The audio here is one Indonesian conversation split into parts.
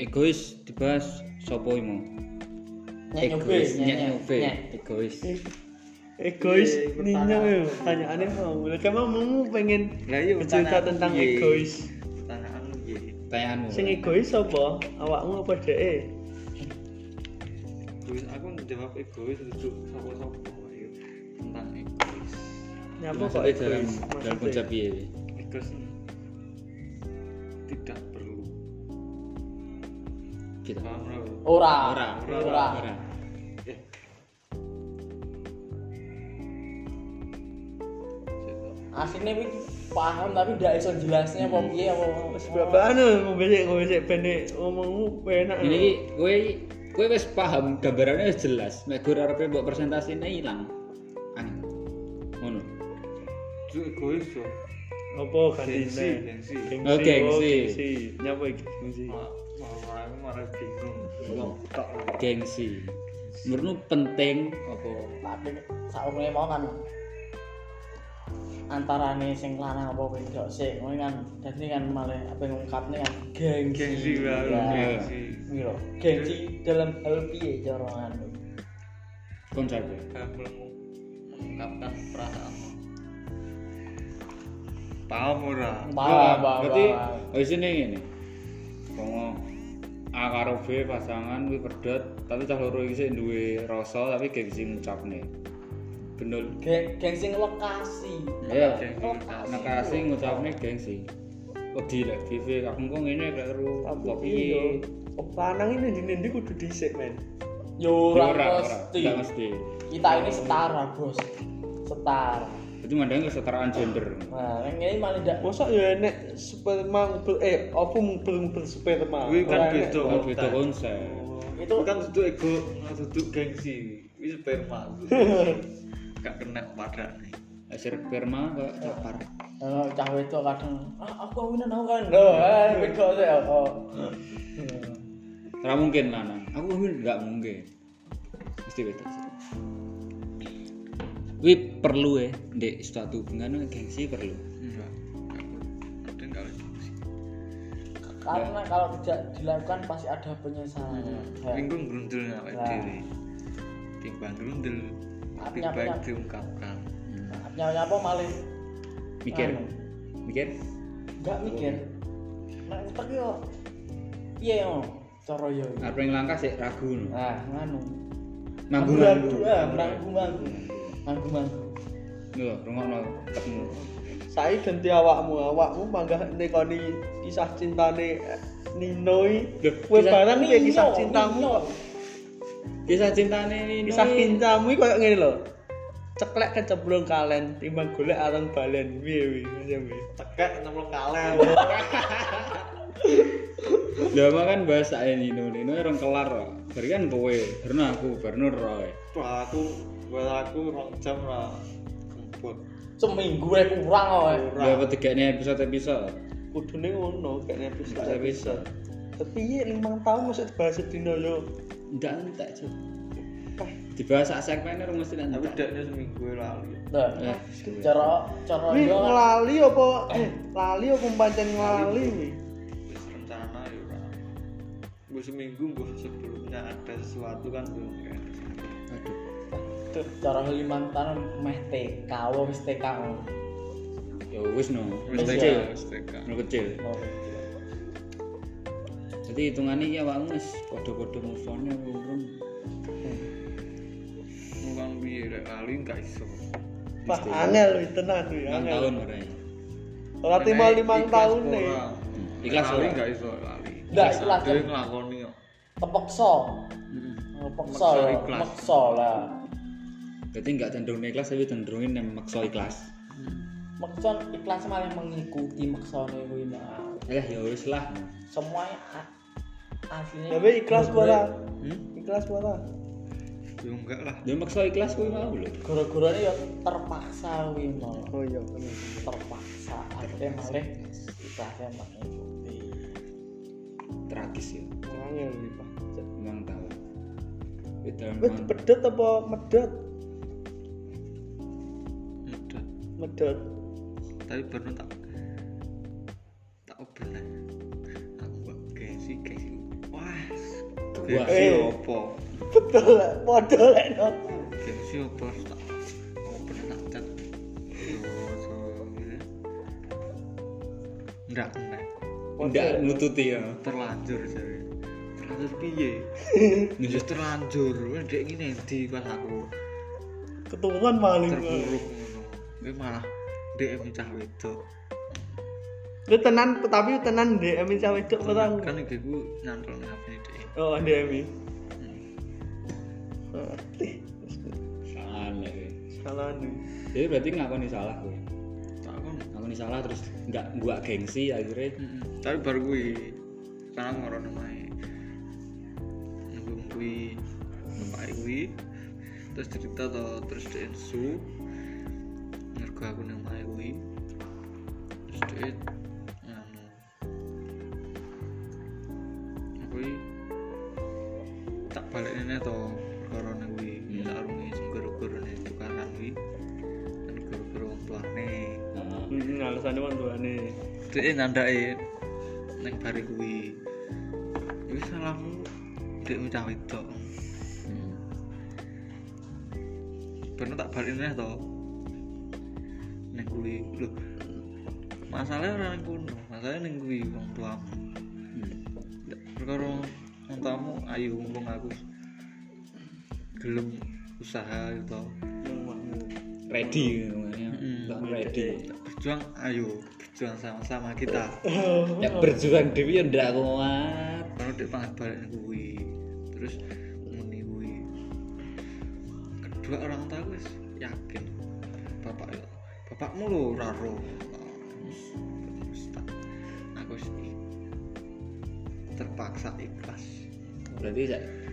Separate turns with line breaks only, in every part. egois dibahas sopo imu
Nyek
egois
nyek,
nyek
nyek,
nyek
nyek.
egois
egois
Iya, iya,
ninya
pertama.
yo tanyaannya mau kamu mau pengen
Lah, iya,
bercerita
pertanyaan
tentang
piye?
egois
Pertanyaan piye?
tayanganmu
sing egois apa awakmu apa Eh, dhek
Egois aku jawab egois duduk sapa-sapa ayo. tentang egois.
nyapa kok
maksudnya dalam
egois
dalam konsep
maksudnya
piye
Egois ini tidak perlu.
kita
Ah.
Paham ora? Bu?
Ora.
ora
Ora.
ora
Eh. Cek.
Aslinya gue paham tapi ndak iso jelasnya apa piye apa.
wis babakan lho ngombe sik ngombe sik ben ngomongmu penak
ini ki, kowe kowe wis paham gambarannya wis jelas mek gur arepe mbok persentasine ilang angin ngono
Itu egois yo.
apa
Gengsi,
gantine
gengsi.
Oh,
oh,
gengsi.
gengsi nyapa iki gengsi
Ma- ma- aku marah bingung.
Wong.
Tok.
gengsi menurutmu penting apa
Tapi saumurnya mau kan antarane sing lanang apa wedok sik ngono kan dadi kan malah apa yang ngungkapnya kan gengsi.
Gengsi baru
Ya.
gengsi.
Kuwi lho, gengsi dalam hal piye cara anu?
konsepnya
Gak perlu mengungkapkan perasaanmu. Paham ora?
Paham,
Nah,
paham,
berarti oh,
paham.
habis ini ngene. Songo A ah, karo B pasangan kuwi pedot, tapi cah loro iki sik duwe rasa tapi gak bisa ngucapne. Benul.
Geng- gengsi lokasi.
Ya,
Gengsi.
nekasi ngucapne gengsi. Wedi lek dhewe aku kok ngene lek ro
tapi
kok
yo
piye.
lanang ini nendi-nendi kudu dhisik men
Yo
Ora
ora
ora,
mesti.
nggak mesti.
Kita ini setara, Bos. Setara.
Itu mandang kesetaraan gender.
Nah, yang ini malah ndak
mosok yo enek sperma ngumpul eh apa ngumpul-ngumpul sperma
Kuwi kan
Ora enek.
beda
Kan beda
konsep.
konsep.
Itu-
Kuwi kan duduk ego, duduk gengsi. Wis sperma. Gak kena padane.
Asir perma kok capar.
Oh, cah wedok kadang ah, aku awinan aku kan. Lho, eh, wedok sik aku.
Ora mungkin lanang. Aku mungkin enggak mungkin. Mesti beda sih. Wi perlu ya di suatu hubungan e, gengsi perlu.
Enggak. Gak perlu. Ada enggak ada gengsi.
Karena kalau tidak dilakukan pasti ada penyesalan. Ya.
Minggu grundel awake
Nah.
dhewe. Timbang grundel,
Apa,
timbang
apa, apa?
diungkapkan.
Nyawa-nyawa malah
Mikir,
Hmm. Anu.
mikir.
enggak mikir. Nek utek yo piye yo cara yo. iki?
Arep ning langkah sik ragu no.
Nah, nganu.
Manggung
Manggu-manggu,
manggung.
ah, manggu-manggu. Manggu-manggu.
Lho, rungokno ketemu.
Saiki ganti awakmu, awakmu manggah nekoni kisah cintane Ninoi.
Loh,
Kowe
kisah-
barang ya kisah
Nino, Nino.
cintamu,
Kisah cintane ini.
kisah cintamu iki koyo ngene lho. Ceklek kecemplung kalen, timbang golek areng balen. Piye piye.
Tekek nyemplung kaleng.
Lha makan bahasa ini kan Nino, Nino orang kelar kok. Bari kan kowe, karena aku, Bernur Roy.
Wah, aku wah aku rong jam ra kempot.
Seminggu ae kurang eh. kok.
Lha apa tigane episode-episode?
Kudune ngono, kayaknya bisa.
Bisa bisa.
Tapi ya limang tahun maksud bahasa Dino yo.
Ndak entek, Cuk. Dibahas sak segmene rung mesti
Tapi
entek.
daknya seminggu ya, lali.
Nah,
Eh,
cara cara
Kuwi
yo kan
nglali apa eh lali apa pancen nglali kuwi.
Wis rencana ya ora. Gue seminggu gue sebelumnya ada sesuatu kan belum kayak
Aduh.
cara limang tahun meh TK wong wis TK ngono.
Ya wis no.
Wis
Wis
TK,
ya.
wis TK.
Menurut kecil.
Oh,
Jadi hitungannya ya awakmu wis padha-padha move on ya urung.
Mau kan piye rek lali gak iso.
Wah, angel kuwi tenan kuwi.
6
angel.
tahun ora ya.
Ora timbal limang
Ikhlas
tahun eh.
ora.
nih.
Ikhlas
lali
ora.
gak iso lali.
Nggak, ikhlas.
Dhewe nglakoni kok.
Kepeksa. Oh, Peksa
Maksa
lah,
ikhlas.
maksa lah.
Berarti nggak cenderung ikhlas tapi cenderungin yang maksa ikhlas.
Maksa ikhlas malah mengikuti maksane kuwi mah.
Eh ya wis lah.
Semuanya a- aslinya.
Tapi ikhlas
menurut
ora.
gue,
Hmm?
Ikhlas ora.
Ya enggak lah.
Dia maksa ikhlas kuwi mau lho.
Gara-gara ini ya terpaksa kuwi mah.
Oh iya.
Terpaksa akhirnya malah ikhlasnya mengikuti.
Tragis ya.
Angel kuwi, Pak.
6 tahun. Itu dalam
Wis pedot apa medot?
Udah.
Medot.
Tapi baru tak tak obelah. Aku gak gengsi gengsi. Wah,
buah.
Gengsi
Eh.
apa?
betul lah podo lah no
Gengsi apa? Harus tak open tak cat. Yo, so, gitu. Nggak enak.
Ndak nututi ya.
Terlanjur jadi. Terlanjur piye? Terus terlanjur. Wah, Dek ini nanti pas aku
keturunan paling
terpuruk ngono. Gue malah dek mencah wedok.
lu tenan tapi tenan DM cah wedok orang
Kan iki ku nyantol nang HP dek. Hmm.
oh DM
Salah nih.
salah nih
Jadi berarti ngakoni salah gue.
Tak kon.
Ngakoni salah terus nggak gua gengsi akhirnya.
Mm-mm. Iya. Tapi baru gue sekarang ngoron nemae. Nunggu gue nemae gue. Terus cerita to terus dek su. Ngergo aku nemae gue. Terus anu. dek nganu. Aku i tak balik ini to perkara nih gue. Tak arungi gara-gara nih tukaran gue. Dan gara-gara wong tuane.
Nah,
hmm, alasannya kan tuh aneh
Dek nandake nang bare kuwi. Iku salahmu dek mencah wedok.
hmm.
Bener tak balik neh to. Nang kuwi lho. Masalahnya ora nang kono, masalahnya nang kuwi wong tuamu.
Hmm.
Ndak perkara wong tuamu ayo mumpung aku gelem usaha gitu. to.
Ready gitu kan, ya.
Mm-mm.
Nggak ready.
Berjuang ayo, berjuang sama-sama kita.
Ya berjuang dewi ya ndak kuat.
baru dia pangat balik gue terus muni gue kedua orang tua gue yakin bapak lo bapakmu lo raro Terus tak- aku sih terpaksa ikhlas
Berarti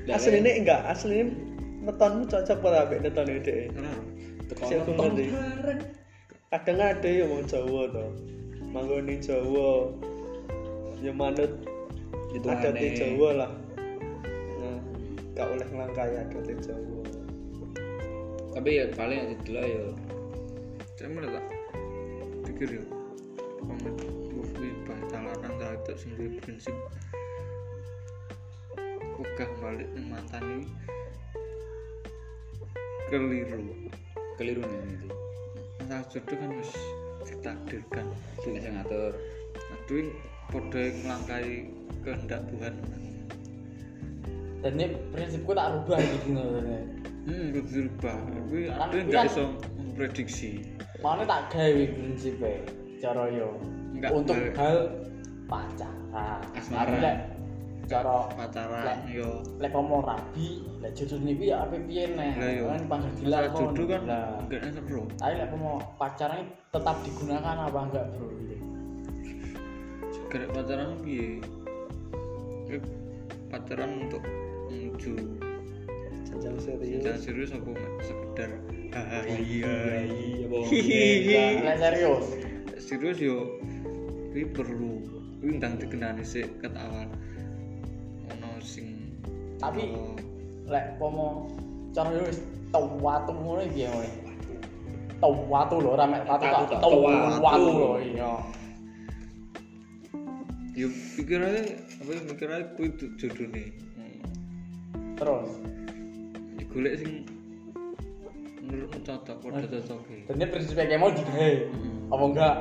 ya.
aslinya enggak aslinya metonmu cocok ora ambek netone dhek
raro
Sing aku ngerti. kadang kan ada yang mau Jawa to manggon ning Jawa ya manut
Itu
adat
aneh.
Jawa lah nah gak oleh nglangkai adat Jawa
Tapi ya paling aja dulu ya.
saya mulai tak pikir ya komen gue batal orang tua itu sing duwe prinsip Ogah balik nang mantan ini keliru
Keliru nih nanti.
masalah jodoh kan wis ditakdirkan
Tidak saya ngatur.
aduh ini podo yang melangkai kehendak Tuhan
Dan ini prinsipku tak rubah gitu sebenarnya.
hmm kudu dirubah tapi
Kan-
aduh nggak
kan-
bisa memprediksi
Mana tak gawe prinsipnya, cara yo.
Enggak,
Untuk
enggak.
hal pacaran.
Asmara.
Tapi lek cara
pacaran
lek-
yo
lek komo rabi, lek jodoh niku ya apa piye neh.
Lah, yo.
Kan panggil
masalah
dilakon.
jodoh kan
Lah.
nggak seru
Tapi lek komo pacaran ini tetap digunakan apa enggak, Bro?
gara pacaran piye Ini pacaran untuk menuju
jenjang
jangan
serius
serius apa me- sekedar hahaha iya
Iya, bohong.
Hihihi.
Lek serius.
serius yo kuwi perlu kuwi ndang dikenani sik ket awal ono sing
Tapi-
ono-
lek pomo cara yo wis tuwatu ngono piye ngono. Tuwatu lho ora mek tatu
Tatu
tak
tak,
tuwatu
tuwatu.
lho iya.
yo pikir ae apa ya, mikir ae kuwi du- jodone Hmm.
Terus
digolek sing menurutmu cocok padha cocoke
dene prinsipnya kemo digawe. eh.
Hmm.
Apa enggak?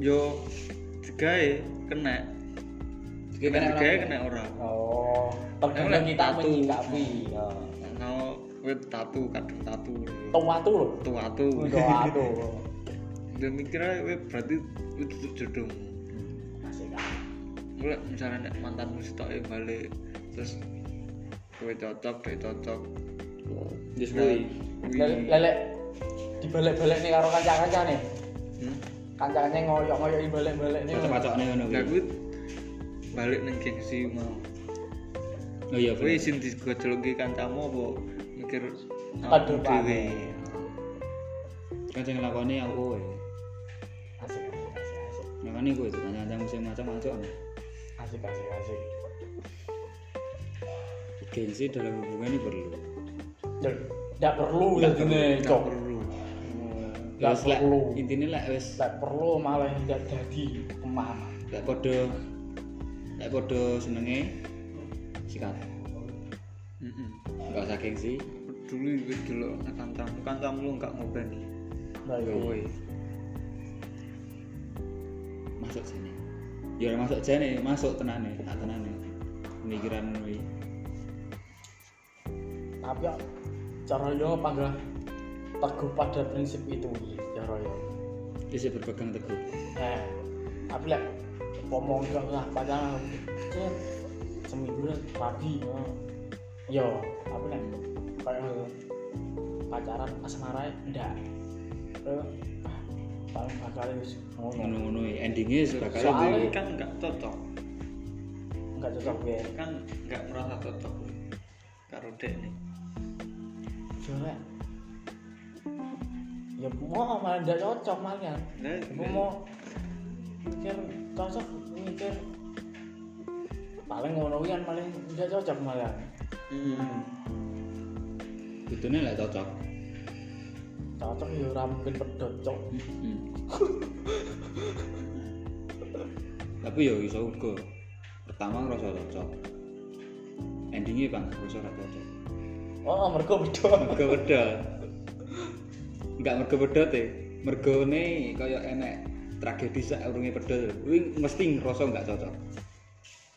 yo digawe kena
Kena
kena
orang.
digawe kena ora
Oh,
Lek
tergantung kita
tatu.
menyikapi. ya.
ono kuwi tatu kadang tatu
Tuwatu lho.
tuatu
Oh. Tuwatu.
yo mikir ae kuwi berarti kuwi du- jodohmu
Masih kan.
mulai misalnya nek mantanmu setoke balik terus kowe cocok dia cocok
Yes, boy.
Wih.
Lelek dibalik-balik nih karo kancang-kancane.
Hmm?
Kancangane ngoyok-ngoyoki balik-balik nih.
Cocok-cocok nih ngono.
Lah
kuwi.
kuwi balik neng gengsi mau
Oh iya,
kowe
bener.
isin digojoloki kancamu apa mikir
Aduh,
awakmu
Pak.
dhewe
Kan sing nglakoni aku kowe.
Asik, asik, asik, asik.
Makane kowe itu kanca musim macam-macam.
Asik, asik, asik.
Gengsi dalam hubungan ini perlu.
Jol, nggak perlu jadinya,
Nggak
Cok.
perlu
Nggak
Wis, lek,
perlu.
Intine lek wis
Nggak perlu malah nggak jadi kemana.
lek padha Nek podo senenge sikat.
Heeh.
Enggak usah gengsi.
Dulu gue dulu kancamu, kancamu lu nggak ngobeni.
Nah, iku.
Woi,
Masuk sini. Ya ora masuk jane, masuk tenane, tak tenane. Pemikiran kuwi.
tapi cara yo panggah teguh pada prinsip itu cara yo
Wis berpegang teguh.
eh tapi lek ngomong kok lah pacaran ya, seminggu lah rabi yo yo tapi lek kayak ngono, pacaran asmara ndak Eh, ah, paling bakal wis ngono
Ngono-ngono iki endinge wis bakal
Soale-
duwe-
ini kan nggak cocok,
enggak cocok ya
kan nggak merasa cocok karo dek nih.
yo lek ya mau malah ndak cocok malah
Nah,
aku mau mikir cocok mikir paling ngono kuwi kan paling nggak cocok malah kan.
Hmm.
kudune lek cocok.
cocok ya ora mungkin pedot cok
Hmm. Tapi ya iso uga. Pertama ngerasa cocok. Endinge bang ngerasa ora cocok.
oh mergo pedot
mergo wedal enggak mergo pedot ya mergone kaya enek tragedi sak urunge pedot kuwi mesti ngerasa enggak cocok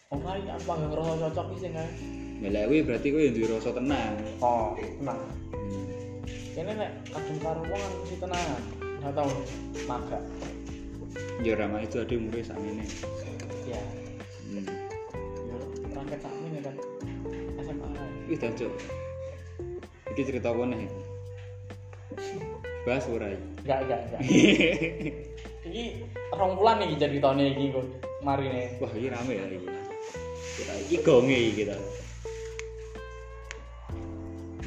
oh mari apa gak ngerasa cocok iki sing ae.
Melek kuwi berarti kuwi duwe rasa tenang Hmm.
oh tenang ini nek kadung karo wong kan mesti tenangan nggak tahu maga
ya ramah itu ada umure sak ngene
ya
hmm.
yo raket sak ini kan SMA ae.
wis dancuk iki cerita apa nih bahas ora iki?
enggak enggak enggak ini rong bulan nih jadi tahunnya iki kok mari nih
wah iki rame ya iki kita iki gonge iki kita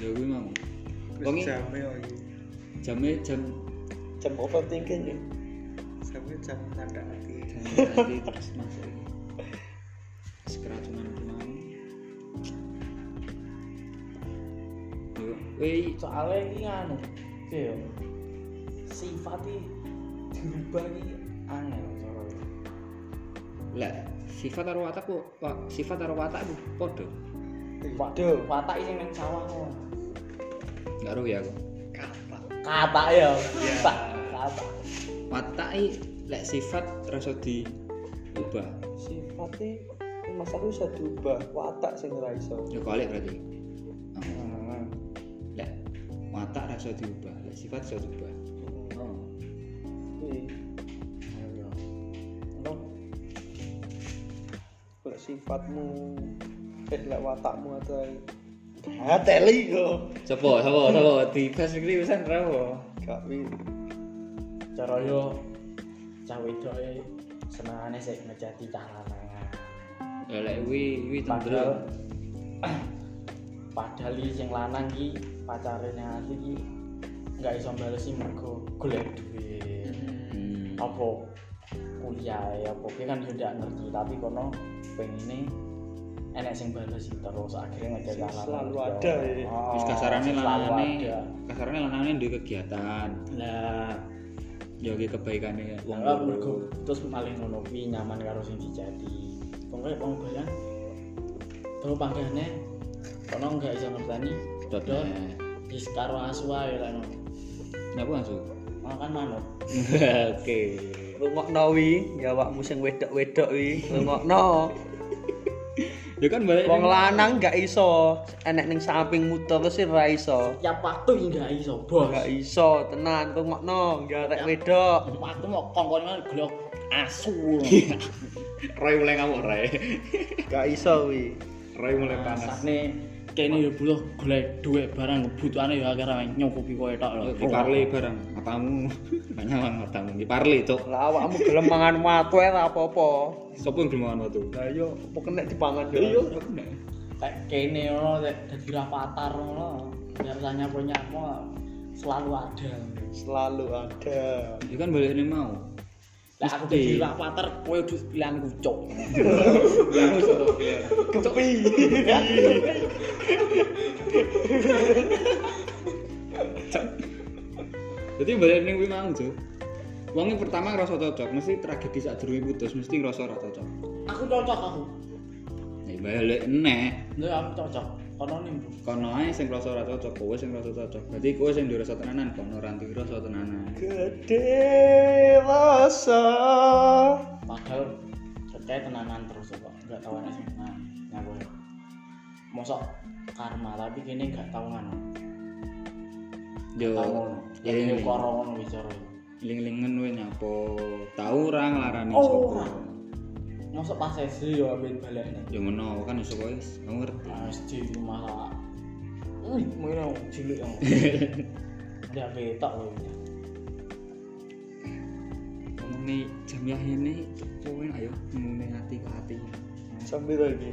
ya kuwi mau
Wis
Wongi
jame oh iki.
jamnya jam
jam overthinking ya
Sampai jam tanda hati.
Dan nanti terus masuk ini Terus keracunan kemau Yuk, weh
soalnya ini anu iya sifatnya dirubah ini angel soalnya
lah sifat karo watak kok wa- sifat karo watak ku podo
waduh watak ini yang sawah kok
nggak roh ya aku
Kapan?
kata ya kata kata
watak i lek sifat rasa di ubah
sifatnya Mas aku bisa diubah watak sing ora iso
ya balik berarti Ah,
Hmm.
lek watak rasa diubah lek sifat rasa diubah oh. Hmm.
Kuwi
Ayo. Engko,
lek sifatmu eh lek watakmu atau ah teli yo
Sopo, sopo, sopo, di bahas ini bisa rawo
gak wi
cara yo cah wedok e senengane sik ngejati cah lanangan
Ya lek wi, wi
padahal
tendrem
padahal iki sing lanang ki pacare yang asli ki nggak iso balesi mergo golek duit
Hmm.
apa kuliah ya apa ki kan sudah ngerti tapi kono pengine enek sing balesi terus akhirnya ngajak
Sing
lanang
selalu
liya.
ada, ya.
Oh,
Terus kasarane
sing selalu
lanangane,
ada.
kasarane lanangane duwe kegiatan.
lah
Ya iki kebaikane wong
Lah mergo terus maling ngono kuwi nyaman karo sing dijadi. Pokoke wong bayan tau panggahne kono enggak iso ngertani
Dodol.
wis karo asu ae lek ngono.
Napa masuk?
Makan manut.
Oke.
rungokno wi ya awakmu sing wedok-wedok wi rungokno
Ya kan balik.
wong lanang gak iso enek ning sampingmu terus sih ora iso
Tiap waktu enggak iso, Bos.
gak iso tenan rungokno ya rek wedok
Waktu mau kongkon glok asu.
Roy mulai ngamuk Roy.
gak iso wi
Roy mulai panas.
Masane kene yo buluh golek dhuwit barang kebutuhane yo akhirnya nyukupi kowe tok lho.
Oh, Di parle bareng matamu. Banyak banget matamu. Di parle cok.
lah awakmu gelem mangan watu ora apa-apa
Sopo yang gelem waktu?
lah yo apa kena dipangan yo
Kayak kene ono kayak dadi rapatar ngono. Biasanya punya aku selalu ada.
selalu ada
Ya kan balik ini mau.
Lah aku
Mesti.
jadi rapater, kowe udah pilihan kucuk.
kepi
Jadi balik ini kuwi mau cok. Wong yang pertama ngerasa cocok, mesti tragedi saat putus, mesti ngerasa ora cocok.
Aku cocok aku.
balik nek
Lha aku cocok. Kono ning
kono ae sing rasa ora cocok kowe sing rasa cocok berarti kowe sing nduwe rasa tenanan kono ora nduwe rasa tenanan
Gede rasa
padahal cetek tenanan terus kok. Enggak tahu ana sing tenan. Nah, kowe. Mosok karma tapi kene gak tahu ngono.
yo
Tahu ngono. Jadi
eling-
nyukoro ngono bicara.
ling-lingen kowe nyapo tau ora nglarani
Oh,
sapa
ora. Mosok pas SD yo ambil balekne.
yo ngono kan iso kowe wis kamu ngerti
SD itu masalah Wih, mana aku cilik aku Dia betak loh ini
ngomongnya jam ya ini kowe ayo ngomongnya hati ke hati
Jam biru iki.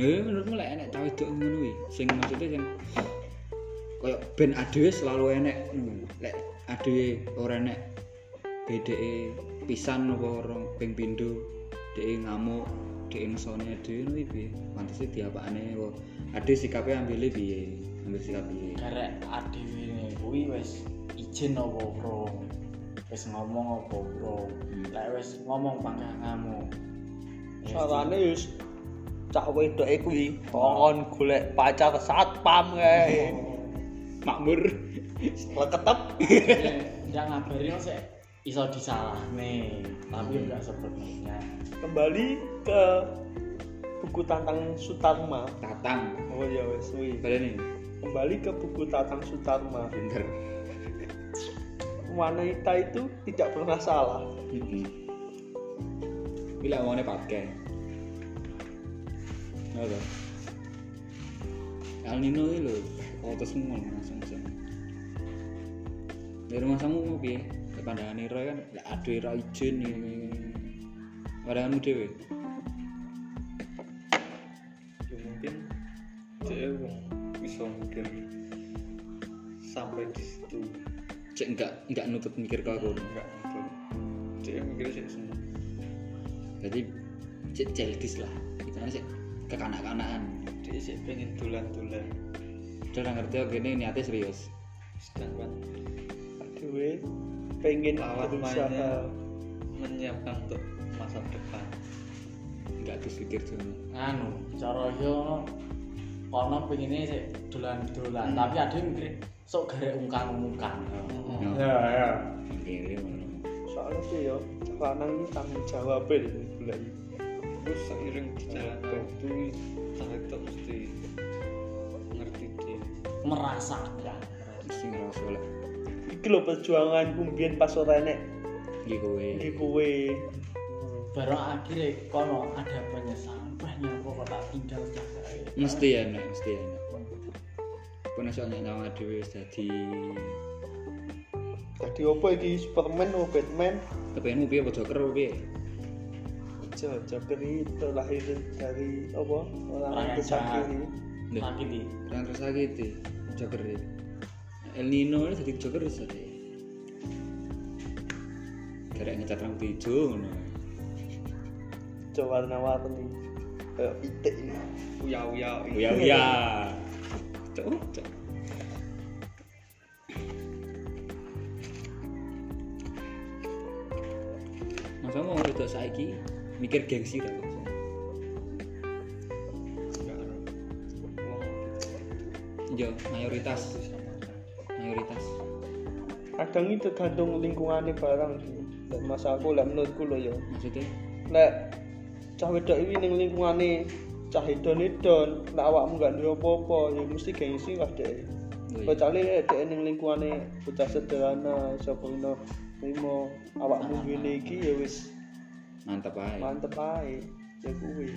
eh menurutmu lah enak cawe dok ngono kuwi. sing maksudnya sing koyo ben adewe selalu enek ngono. lek adewe ora enek BDE pisan apa orang ping pindho dhek ngamuk dhek ngesone dhewe kuwi piye pantese diapakane kok ade sikape ambile piye ambil sikap piye
Garek adew ini Kui wes izin apa bro Wes ngomong apa bro Lek wes ngomong pangkah ngamuk Ya,
Carane wis cak wedok e kuwi kongon golek pacar satpam kae.
makmur
Leketep.
Yang ngabarin sih iso disalah nih tapi enggak sepenuhnya
Kembali ke buku Tatang Sutarma.
tatang
Oh ya wis kuwi.
baleni
Kembali ke buku Tatang Sutarma.
pinter
Wanita itu tidak pernah salah.
Heeh. Bila awalnya pakai. Nada. El Nino ini lho, otot semua langsung langsung. Dari rumah kamu mau piye? Lek Pandangane Roy kan, lek ade Roy izin ini. ini. Pandanganmu dhewe.
ya mungkin dia wong bisa mungkin sampai di situ
Cek enggak enggak nutut mikir ke aku.
enggak gitu dia mikir sih semua
Jadi cek celdis lah. Kita cek kekanak-kanakan.
dia sih pengen tulan-tulan
Udah nggak ngerti oke ini niatnya serius.
sedangkan
Dewe pengen
lawan mainnya
berusaha.
menyiapkan untuk masa depan
Enggak habis pikir cuma.
anu cara yo kono pengine sik
Hmm.
dolan-dolan tapi ada yang mikir sok garek ungkang-ungkang
Oh.
Hmm.
Ya,
ya ya
Ini ngono.
Soalnya sih yo, lanang ini tanggung jawab ya bulan
terus seiring jalan waktu sampai itu mesti ngerti dia
merasakan
Mesti ngerasa lah.
Iki lho perjuangan kumbien pas ora enek
Iki kowe.
di kowe.
baru akhirnya kono ada penyesalan wah nyapo kok tak tinggal cahaya
mesti ya nek mesti ya nek pun iso nyawa dhewe wis dadi
Jadi apa iki Superman atau Batman?
kepengen piye apa joker apa piye
Ijo Joker ini terlahir dari apa? Orang
Orang yang jahat.
tersakiti.
Nggih.
sakit iki
yang tersakiti joker ya. El Nino ini dadi joker wis dadi Derek ngecat rambut hijau ngono
Ijo warna-warni. Kayak pitik ini.
uya-uya
uya uya cok cok masa mau udah saiki mikir gengsi tak
enggak ada uang
yo mayoritas mayoritas
Kadang ini tergantung lingkungannya barang sih. Lek masa aku lek menurutku lho yo.
maksudnya
Lek cah wedok iki ning lingkungane cah hedon-hedon, nek awakmu gak duwe apa-apa ya mesti gengsi lah dhek.
Woi.
kecuali ada yang lingkungannya bocah sederhana siapa yang limo awakmu gini iki ya wis
mantap aja
mantep ae ya kuwi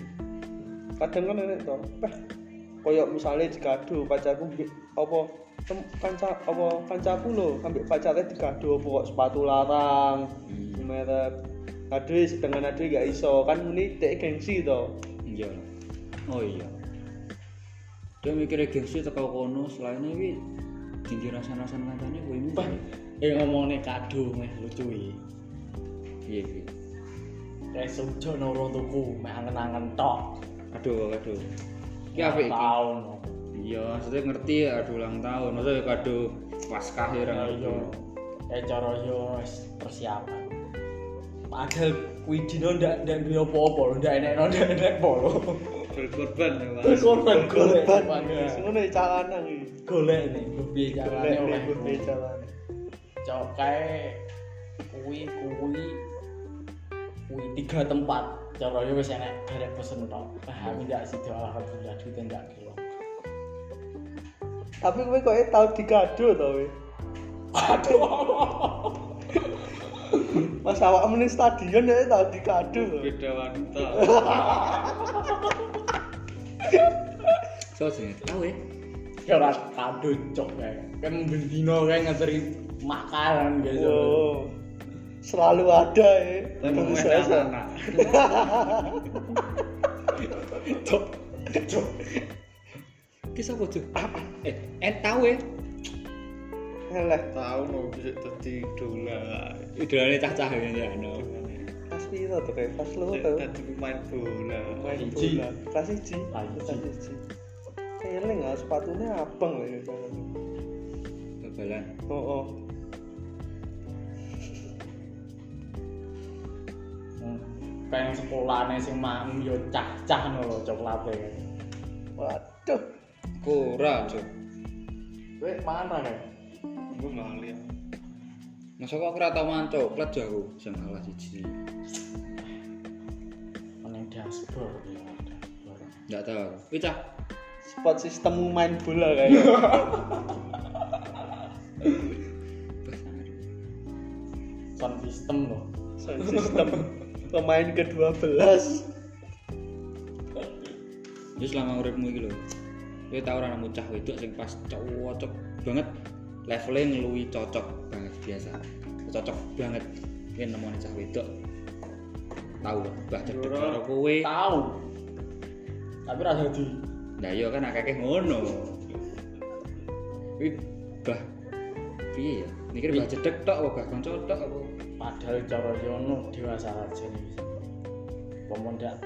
kadang kan enek to peh koyo misale digadu pacarku mbek apa tem- kanca apa kancaku lho ambek pacarnya digadu apa kok sepatu larang
Hmm.
merek aduh sedangkan aduh gak iso kan muni dek gengsi to
iya oh iya dia mikirnya gengsi teko kono selainnya ini jinjir rasan-rasan katanya gue ini
Wah, eh ngomongnya kado meh lucu ya.
iya iya
Kayak sujo nurung tuku meh angen-angen tok.
aduh aduh ya apa iki?
Tahun.
iya maksudnya ngerti ya aduh ulang tahun maksudnya kado paskah ya orang
Ya
itu
yo. Kayak Eh, cara yo wis persiapan. Padahal kuwi dino ndak ndak duwe apa-apa lho, ndak enek ndak enek apa lho.
berkorban ya mas
Korban
Korban.
Padahal.
Ngono iki calana iki.
Golek ini, lebih carane
Golek
oleh.
golek calana.
Cok kae kuwi kuwi kuwi tiga tempat. Cara yo wis enek derek pesen tok. Paham ndak sih doa alhamdulillah duit ndak kira.
Tapi kowe koyo tau digado to kowe.
Aduh.
Mas awakmu ning stadion ya tau digado to.
beda wanita
so sih tahu ya
Ya ora kado cok kae. Kan ben dino kae ngeteri makanan gitu.
Oh. Selalu ada ya.
tapi
Tentu
main
saja.
anak
Cok. Cok.
kisah apa tuh eh eh tahu ya
Eleh.
tahu mau bisa tadi dola
idolanya cah-cah ya ya no
Pas piro to kowe? Pas lu to.
tadi pemain bola
Main
Iji.
bola. Kelas 1.
Ah, Iji.
Kelas 1. Eling ah sepatune abang lho.
babalan
Oh, oh.
Pengen sekolahane sing mang yo cah-cah no lho coklate.
Waduh.
kurang cok
Kowe mangan ra kae?
gue malu ya
masa kok aku rata mangan coklat jauh sama salah siji
Meneng dashboard ya. dashboard.
nggak tahu kita
Spot sistemmu main bola kayaknya.
Sound system lho.
Sound system pemain ke-12.
Terus selama uripmu iki lho. Kowe tau ora nemu cah wedok sing pas cocok banget levelnya ngeluwi cocok banget biasa. Cocok banget yen nemoni cah wedok. Tau lho, bah cedek
Yora.
karo kowe.
Tahu. Tapi ra dadi.
Lah iya kan akeh ngono. Kuwi bah piye ya? Mikir bah cedek tok apa bah kanca tok apa?
padahal cara yono dewasa aja nih pomon dak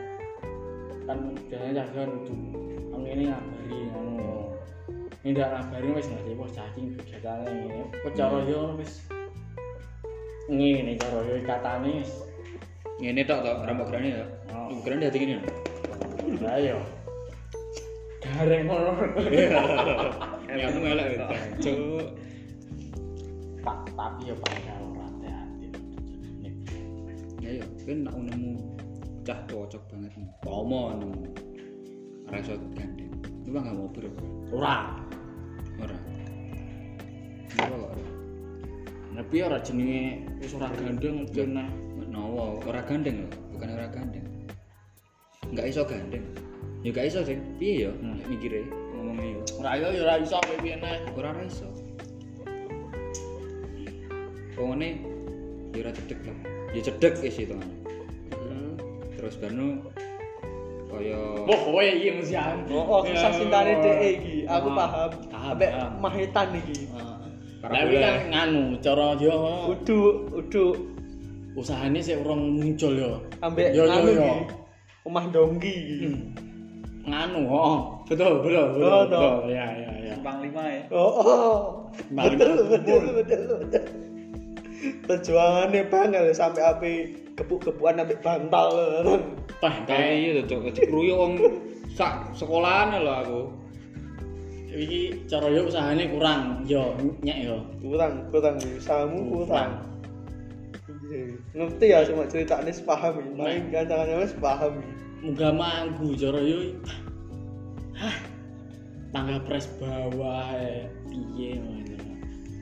kan biasanya jaga itu ang ini ngabari anu ini dak ngabari wis nggak sih bos cacing kegiatan ini kok cara yo wis ngene cara yo katane wis
Ngene tok tok rambut grane ya.
Oh.
Rambut grane hati ngene.
ayo gareng ngono
Ya anu elek. Cuk.
tak tapi ya padahal ora hati-hati
ya ya kan nak nemu cah cocok banget nih pomo nemu rasa gandeng lu mah nggak mau bro
ora
ora Kenapa kok ora
tapi ora jenenge wis ora gandeng jeneng
menawa ora gandeng loh bukan ora gandeng nggak iso gandeng ya nggak iso sing piye ya
Hmm.
Nek mikire ngomongnya yo
ora iso ya ora iso kowe piye neh
ora ora iso pokoknya ya ora cedek lah ya cedek isi teman terus Barno kaya
Wah, kowe iki mesti aku.
Oh, oh kisah cintane dhek iki, aku
Ah,
paham.
paham,
Ambek
paham. Ah.
mahetan iki.
Parabola.
Lah kan nganu cara yo
Udu, udu
usahane sik urung muncul yo.
ambek
Yo, yo,
anu
yo. Hmm.
iki. Omah dongki iki.
Nganu, oh. Betul, betul, betul.
Betul.
betul. Ya, ya, ya.
bang lima ya
Oh, oh.
Bang,
Betul,
betul.
betul, betul, betul. Perjuangannya banget sampai api kepuk-kepukan sampai bantal.
Pah,
Kayak
kae
iya tuh, cok, kruyuk wong sak sekolahan lho aku.
iki cara yo usahane kurang yo nyek yo.
Kurang, kurang usahamu kurang. Iya. Ngerti ya cuma ceritanya sepaham ini. Main gantangannya wis ya? paham ini.
Munggah manggu cara yo. Hah. Tangga pres bawah e piye ngono.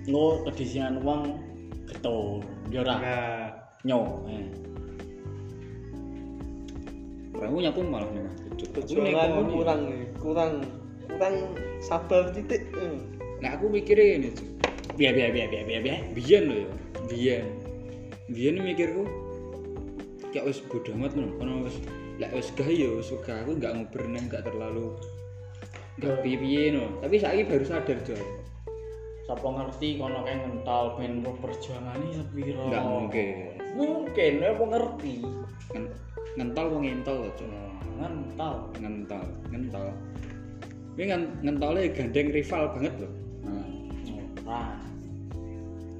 Lo kedisian wong getur. Yo ora
nah
nyok. eh.
Aku nyapu malah nih mas. Cuk, aku
Perjuanganmu
nekoni.
kurang nih, kurang kurang sabar titik. eh.
Nah aku mikirnya ini tuh,
Biar biar biar biar biar biar.
biyen lho ya, biyen. Biyen mikirku kayak wis bodoh amat ngono, kono wis lek wis gah ya wis gah aku enggak nguber neng enggak terlalu gak piye-piye no. Tapi saiki baru sadar coy.
Sapa ngerti kono kae ngental ben roh perjuangane sepira.
Enggak mungkin.
Mungkin apa ngerti.
Ngen- ngental wong ngental lho coy.
Ngental.
Ngental, ngental. Kuwi ngen ngentale gandeng rival banget lho. Nah,
Nah,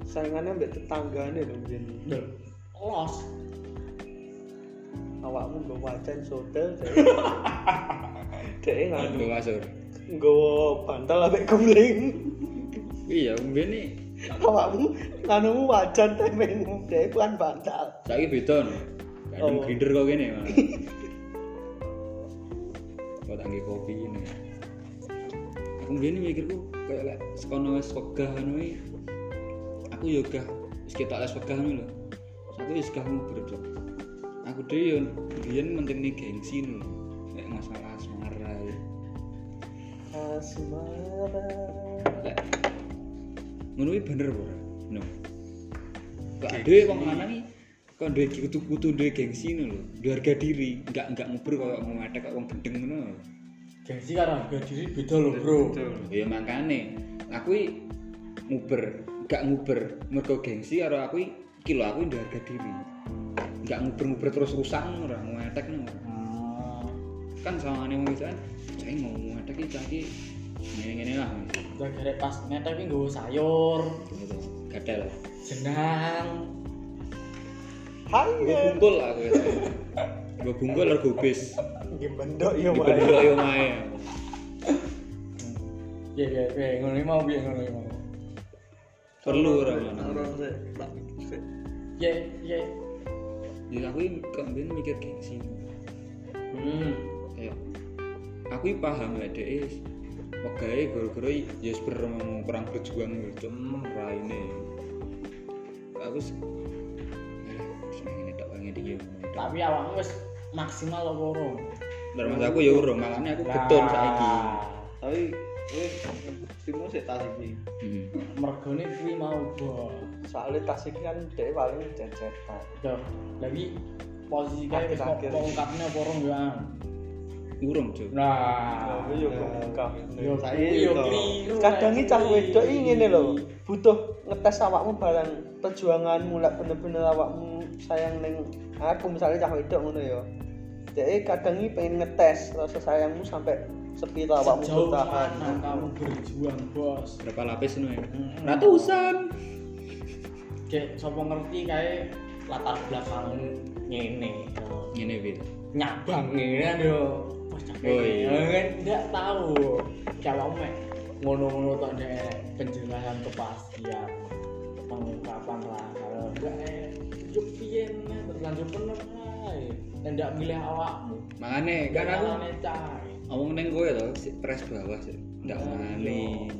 saingannya ambek tetanggane lho mbiyen
lho, los.
awakmu nggo wajan sotel dhek
Aduh
nganggo
kasur.
nggo bantal ambek guling
Iya, mbiyen iki
awakmu nganumu wajan temenmu dhek bukan kan bantal
saiki beda no. Gandeng
Oh.
grinder kok kene malah. Kok tak nggih kopi ini. Aku mbiyen iki mikirku kayak lek sekono wis wegah ngono iki, aku yo gah wis ketok les wegah ngono lho. Aku wis gah nguber Cok. Aku dhewe yo mbiyen penting nih gengsi lho. Lek masalah asmara. iki.
Eh,
asmara
Lek ngono iki bener apa ora? No. Kok dhewe wong lanang iki kok duwe kutu kutu duwe gengsi ngono lho. Duwe harga diri, enggak enggak nguber koyo ngadeg kok wong gendeng ngono.
Gengsi karo harga diri beda lho, Bro.
Betul.
Ya makane aku iki nguber, enggak nguber mergo gengsi karo aku iki- iki lho aku iki duwe harga diri. Enggak nguber-nguber terus rusak ngono ora ngadeg ngono. ora.
Ah,
Kan sawangane wong isan, cah iki ngomong ngadeg iki cah iki ngene-ngene lah.
udah garek pas netek iki nggawa sayur,
Gitu. Gadel.
jenang,
Gue
hai
bungkul aku ya. Gue bungkul rego bis.
gembendok
ya,
yo wae
Dibendok yo mae.
Iya, iya, iya, ngono iki mau piye ngono iki mau.
Perlu ora
ora
ngono.
sik tak sik
Iya, iya.
Jadi Ya, aku ini kemarin mikir gengsi.
Hmm.
Kayak aku ini paham lah deh. Pegawai gara-gara ya yes, bermau kurang berjuang gitu. Hmm, raine. Aku se- Eh, seneng ini tak wangi dia.
Tapi awakmu wis maksimal lho loro.
Terus aku ya urung, makanya aku getun saiki.
tapi wis timu sik tas iki
Hmm.
Mergone kuwi mau bo.
soalnya tas iki kan dhek paling jejetan
Yo, lagi posisi kae wis kok
Akhir-akhir.
ungkapne apa rong yo. Ang?
Urung cuy.
Nah,
Aku yo kemungkap.
Yo,
Saiki
yo
to.
keliru,
Kadang iki cah
keliru.
wedok iki ngene lho, butuh ngetes awakmu barang perjuanganmu lek bener-bener awakmu sayang ning aku misalnya cah wedok ngono ya. Dek kadang iki pengen ngetes rasa sayangmu sampai sepira awakmu
sejauh
bertahan.
mana kamu berjuang, Bos?
Berapa lapis nih?
Hmm.
Ratusan.
Cek sapa ngerti kae latar belakang ngene. yo.
Ini bil.
nyabang ngene kan yo. Wah, capek.
Oh, iya.
Yo, kan ndak tahu. Kalau mek ngono-ngono tok nek penjelasan kepastian pengungkapan lah kalau enggak eh yo piye nek terlanjur bener ae. Nek ndak milih awakmu.
Makanya kan aku
Nyalane cai.
ngomong neng gue tau si press bawah sih ndak
Nah,
wani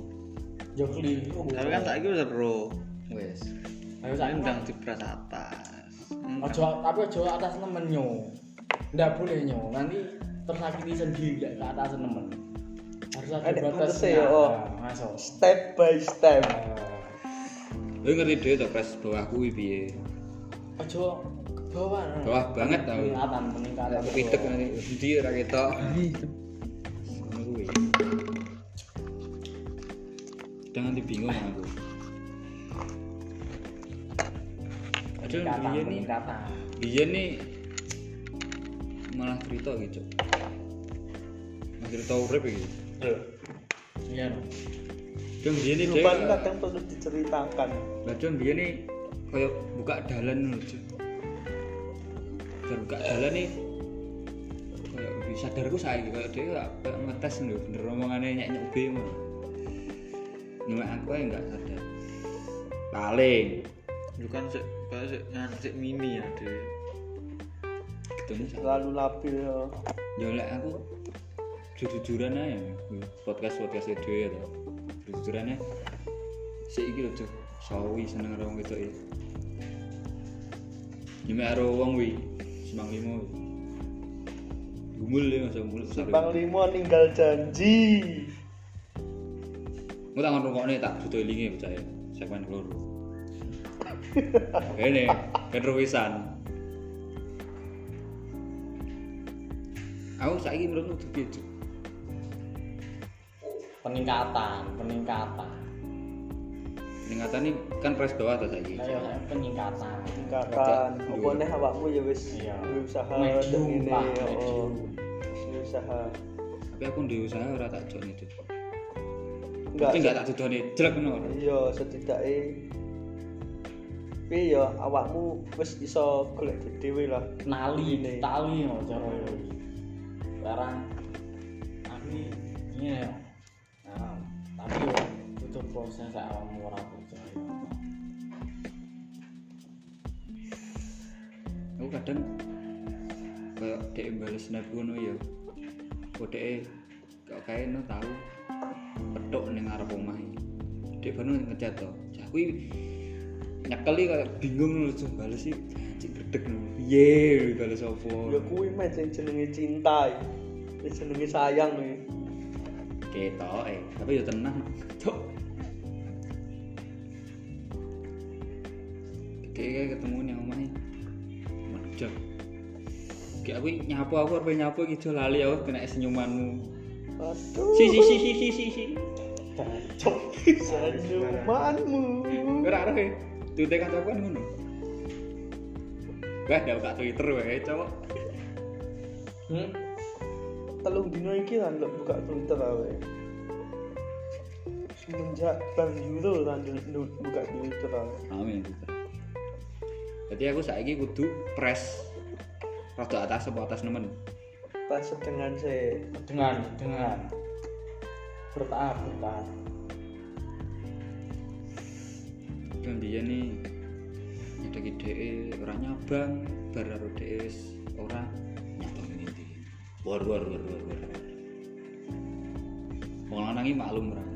Yo keliru.
tapi kan saiki wis ro
wes
Ayo
saya
saiki
ndang dipras atas kan
Ojo tapi ojo atas nemen nyo. Ndak boleh nyo. Nanti tersakiti sendiri ndak ke atas nemen. Harus ada
Ada
batasnya.
batasnya, ya, oh.
Nah, Masuk. Eh,
Step by step.
lu ngerti deh tau press bawah kuwi piye
Eh, Ojo ke bawah. nah.
Bawah banget, tau.
Peningkatan peningkatan.
aku pitek nanti endi ora ketok ngono kuwi jangan dibingung aku aduh
Peningkatan
biyen nih
peningkatan.
biyen nih malah cerita gitu Malah cerita urip iki
Iya. no.
Dong biyen nih
Kehidupan kadang perlu diceritakan.
Bacon biyen nih kayak buka dalan ngono Cuk. Bar buka dalan nih kayak lebih sadarku saiki kayak dia kayak kayak ngetes lho bener omongane nyek nyek be ngono. Nyuwek aku ae enggak sadar. Paling
Yo kan sik kayak sik ngan sik mini ya dhewe.
ketemu sama.
Terlalu labil. ya.
Ya lek aku jujur-jujuran ae podcast podcast dhewe ya to. Jujur-jurane sik iki lho Cuk. Sawi seneng karo wong ketok iki. Nyumek karo wong wi semang limo. Gumul ya masa gumul besar.
Bang Limo ninggal janji.
Engko tak ngrungokne tak butuh ilinge percaya. Segmen loro. Ini keterwisan. Aku saiki menurutmu duwe Cuk.
peningkatan peningkatan
peningkatan ini kan pres bawah ta saiki
nah ya saya peningkatan
tingkatan apa neh awakmu ya wis
Iya.
duwe usaha
Medium,
ndek ngene
Pak,
ya
medium.
Duwe usaha
tapi aku ndek usaha ora tak jone itu
enggak
tapi enggak tak dodone jelek ngono ora
iya setidaknya tapi ya awakmu wis iso golek dhewe lah
kenali
Ini.
tali no cara yo barang aku ini ya nah, tapi yo itu proses awam ora percaya
aku kadang kayak dek bales snap ngono ya kodeke kok kae no tau petuk ning ngarep omah dek baru ngechat to aku iki nyekeli kayak bingung lho jeng bales iki cek gredeg lho piye bales
ya
opo
kuwi meh sing jenenge cinta ya. Sing jenenge sayang ya.
ketok eh tapi ya tenang cok kayak ketemu nih omah macet kayak aku nyapu aku apa nyapu gitu lali aku kena senyumanmu
aduh
si si si si si si si
cocok
senyumanmu
ora ora eh tute kancaku kan ngono Wah, dah buka Twitter wae, cowok.
hmm?
telung dino iki kan lho buka Twitter awe semenjak bang Yuro kan dulu- dulu buka Twitter awe
Amin Twitter. Jadi aku saiki kudu press rada atas apa atas nemen.
pas dengan se
dengan dengan bertahap bertahap
dan Kan dia nih ada ide orang nyabang baru DE orang nyabang ini di war war war war war mau lanangi maklum orang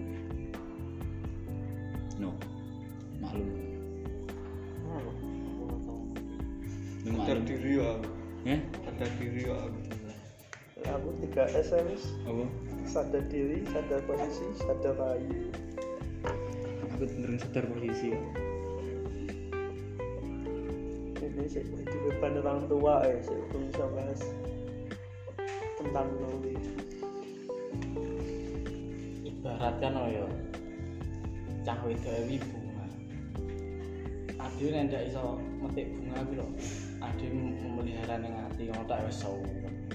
no maklum
Hmm.
ini maklum
diri ya
eh
sadar diri ya
aku 3 SMS
apa
sadar diri sadar posisi sadar rayu
aku dengerin sadar posisi ya
ini sih di beban orang tua eh sih belum bisa bahas tentang nulis
ibaratkan oh yo cah wedoki bunga ade nek ndak iso metik bunga kuwi lho ade memelihara ning ati ngono tak wis sowan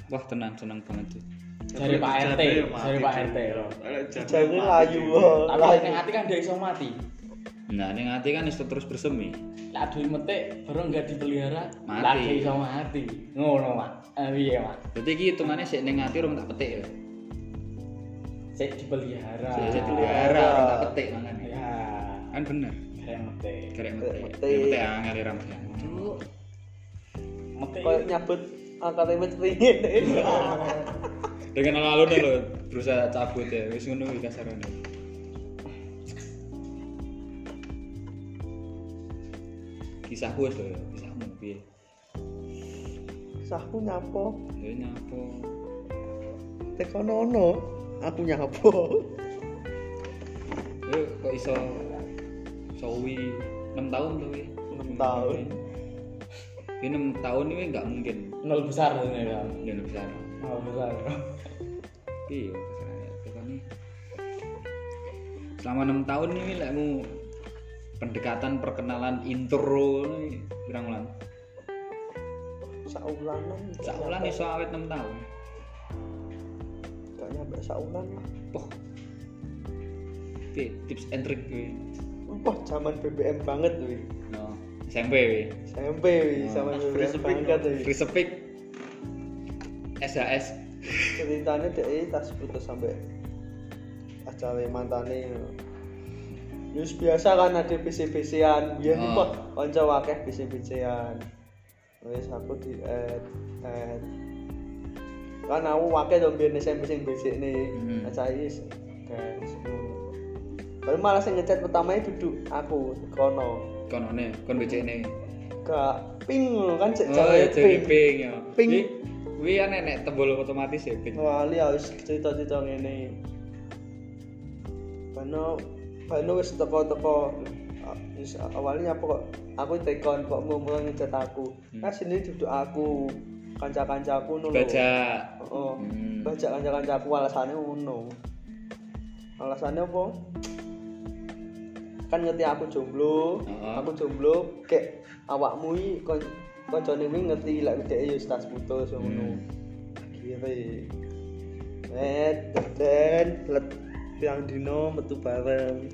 wah tenang seneng banget tuh
Dari Pak RT, dari Pak RT loh.
jadi layu oh,
Tapi ning
layu
ati kan ndak iso mati.
nah ini ngati kan iso terus bersemi
Lah ade metik baru enggak dipelihara,
Mati.
lah nggak iso mati. Ngono, Mak. Eh piye, Mak?
berarti iki hitungannya sik ning ngati orang tak petik ya
Sik dipelihara.
sik ya. sik dipelihara orang tak petik mangan ya
Ya,
kan bener
keren metik.
Kerek
Kerek
mete.
mete.
Kerek mete angel irang siang.
Metik.
kayak nyabut angkat emut ringin eh.
Dengan alun-alun ya, lo berusaha cabut ya. Wis ngono iki kasarane. Kisahku wis lho, ya. kisahmu piye?
aku nyapo
Ya nyapo.
teko nono aku nyapo
Ya kok iso sowi 6 tahun to we.
6 tahun.
Ini 6 tahun ini nggak mungkin.
nol besar ini kan.
Ini lebih sana.
Nol besar.
iya kesannya pokoknya selama enam tahun ini lekmu pendekatan perkenalan intro ini pirang ulan
saulanan
saulan ya. iso awet enam tahun
gak nyampe saulan lah
poh Piye, tips and trick gue
wah zaman BBM banget wih
no SMP we
SMP wih
Hmm. Nah,
zaman BBM banget wih
free speak SHS
ceritanya deh tas putus sampai acara mantane Yus biasa kan ada BC-BCan Biar nih
Ah.
kok Konco wakeh BC-BCan Terus aku di add add. Kan aku wakeh dong biar SMP sing Nah, BC nih
Hmm.
Acara ini Guys Tapi malah sing ngechat pertama duduk Aku Kono
konone kon BCN
Gak ping kan cek
oh
cewek
jadi
ping
ping ya
Ping.
wih aneh nek tebol otomatis ya ping
Wali Oh, harus cerita-cerita ngene. Bano Bano wis teko-teko A- wis awalnya apa kok aku tekon kok ngomong ngecat aku.
Hmm.
Kan sini duduk aku, kanca-kancaku nulu.
baca
Oh,
Hmm.
baca kanca-kancaku alasannya ngono. alasannya apa kan ngerti aku jomblo
Heeh.
aku jomblo kayak awakmu iki kon koncone kuwi ngerti lek dhek yo stas putus yo ngono
Hmm.
kiri net dan let pirang dino metu bareng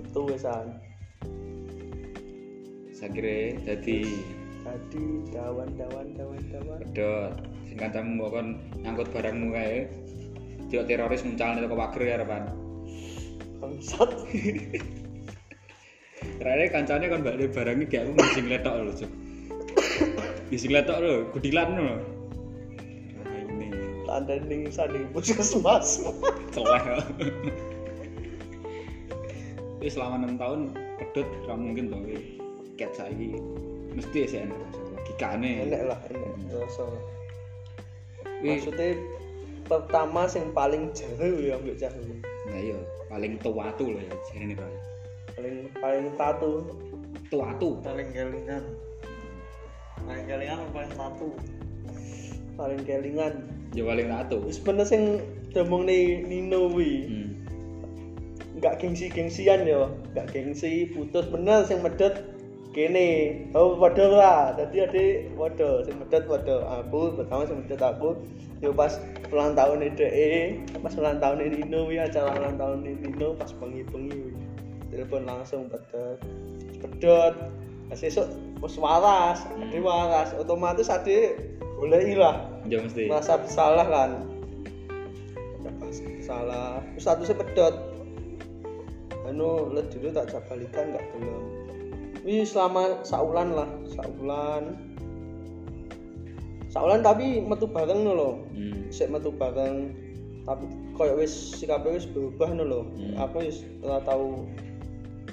metu wesan
sakire dadi
tadi dawan dawan dawan dawan
pedot sing kancamu mbok kon nyangkut barangmu kae Jok teroris muncal nih toko pager ya harapan
bangsat
Terakhir kancane kon balik barangnya gak aku ngising letok lho Cuk Ngising letok lho, gudilan lho Nah ini,
tanda ning sanding puskesmas
celeh Tapi selama 6 tahun pedot ra mungkin tau weh. Ket saiki mesti ya enak logikane
enak lah enak rasa
Wih,
maksudnya pertama sing paling jauh ya mbak jauh
Nah iya, paling tuwatu lho ya jarene Pak.
paling paling tatu
Tuwatu.
paling kelingan paling kelingan apa paling satu
paling kelingan
Ya paling tatu.
sebenernya sing demong nih Nino wi
Hmm.
nggak gengsi gengsian ya nggak gengsi putus bener sing medet kene oh waduh lah tadi ada waduh sing medet waduh aku pertama sing medet aku yo pas ulang tahun DE pas ulang tahun Nino wi acara ulang tahun Nino pas bengi bengi wi telepon langsung pedot pedot pas esok wis waras ade waras otomatis ade boleh lah
Ya mesti.
merasa bersalah kan merasa bersalah terus statusnya pedot anu let dulu tak jak balikan nggak belum wih selama saulan lah saulan saulan tapi metu bareng no loh
Hmm.
sik metu bareng tapi koyo wis sikapnya wis berubah no lho.
Hmm.
Aku wis ora tau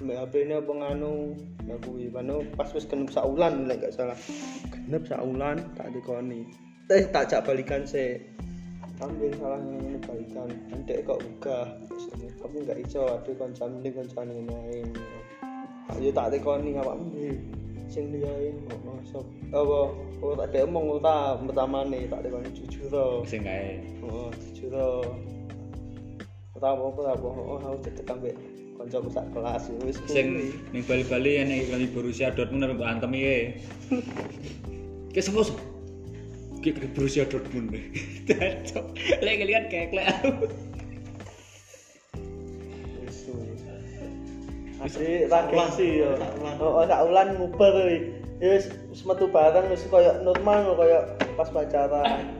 mbak HP ini apa nganu ya kuwi Mano pas wis genep saulan lek gak salah. Genep saulan tak dikoni. Eh tak jak balikan sik. Ambil salah ngene balikan. Ndek kok ugah. Tapi gak iso ade kanca mending kancane main. Tak yo tak tekoni awakmu. "Eh, sing liyae kok masuk apa kok tak dek omong ta pertama nih tak tekoni jujur to
Sing kae.
Oh, jujur oh. Ora apa-apa, ora apa-apa. Oh, aku tetep ambek kancaku sak kelas ya, wis.
Sing ning bali-bali yang ning kali Borussia Dortmund apa antem iki. Ki sapa sih? Ki kali Borussia Dortmund. Cocok. Lek kalian keklek aku.
wis kuwi. Asli ra gengsi yo.
sak ulan.
Oh, sak ulan nguber kuwi. Ya wis wis metu bareng wis koyo normal koyo pas pacaran.